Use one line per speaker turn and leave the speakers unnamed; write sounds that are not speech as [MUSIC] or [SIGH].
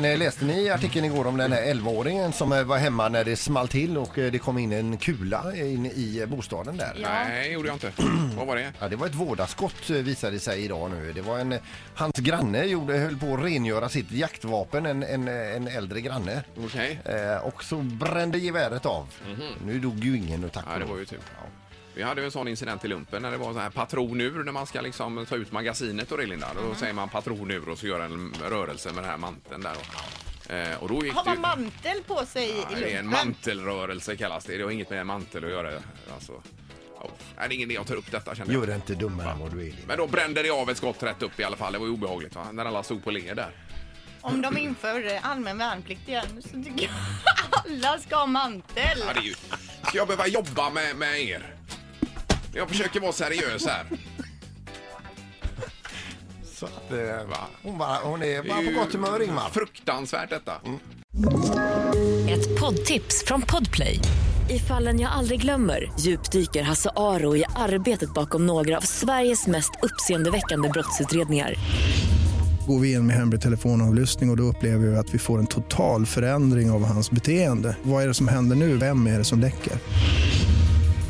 Men eh, läste ni artikeln igår om den här 11-åringen som eh, var hemma när det small till och eh, det kom in en kula in i eh, bostaden där?
Nej, gjorde jag inte. Vad var det?
Ja, det var ett vådaskott eh, visade det sig idag nu. Det var en, eh, hans granne gjorde, höll på att rengöra sitt jaktvapen, en, en, eh, en äldre granne.
Okej. Mhm.
Eh, och så brände geväret av. Nu dog ju ingen och tack
Ja, det
och
var
lov.
ju tur. Vi hade ju en sån incident i lumpen när det var så här patronur när man ska liksom ta ut magasinet och det Linda. Då säger man patronur och så gör en rörelse med den här manteln där. Och, eh, och då gick
Har
det
man
ju...
mantel på sig i
Ja, det är en
lumpen?
mantelrörelse kallas det. Det har inget med en mantel att göra. Alltså, ja, det är ingen idé att ta upp detta känner jag.
Gör det inte dummare än vad du är. Linda.
Men då brände det av ett skott rätt upp i alla fall. Det var ju obehagligt va? när alla stod på led där.
Om de inför eh, allmän värnplikt igen så tycker jag [LAUGHS] alla ska ha mantel.
Ja, det är ju... Ska jag behöva jobba med, med er? Jag försöker vara seriös här.
Så att, eh,
Va?
hon, bara, hon är
Det
bara
är
på
ju
gott humör Ingmar.
Fruktansvärt detta.
Ett poddtips från Podplay. I fallen jag aldrig glömmer djupdyker Hasse Aro i arbetet bakom några av Sveriges mest uppseendeväckande brottsutredningar.
Går vi in med hemlig telefonavlyssning och, och då upplever vi att vi får en total förändring av hans beteende. Vad är det som händer nu? Vem är det som läcker?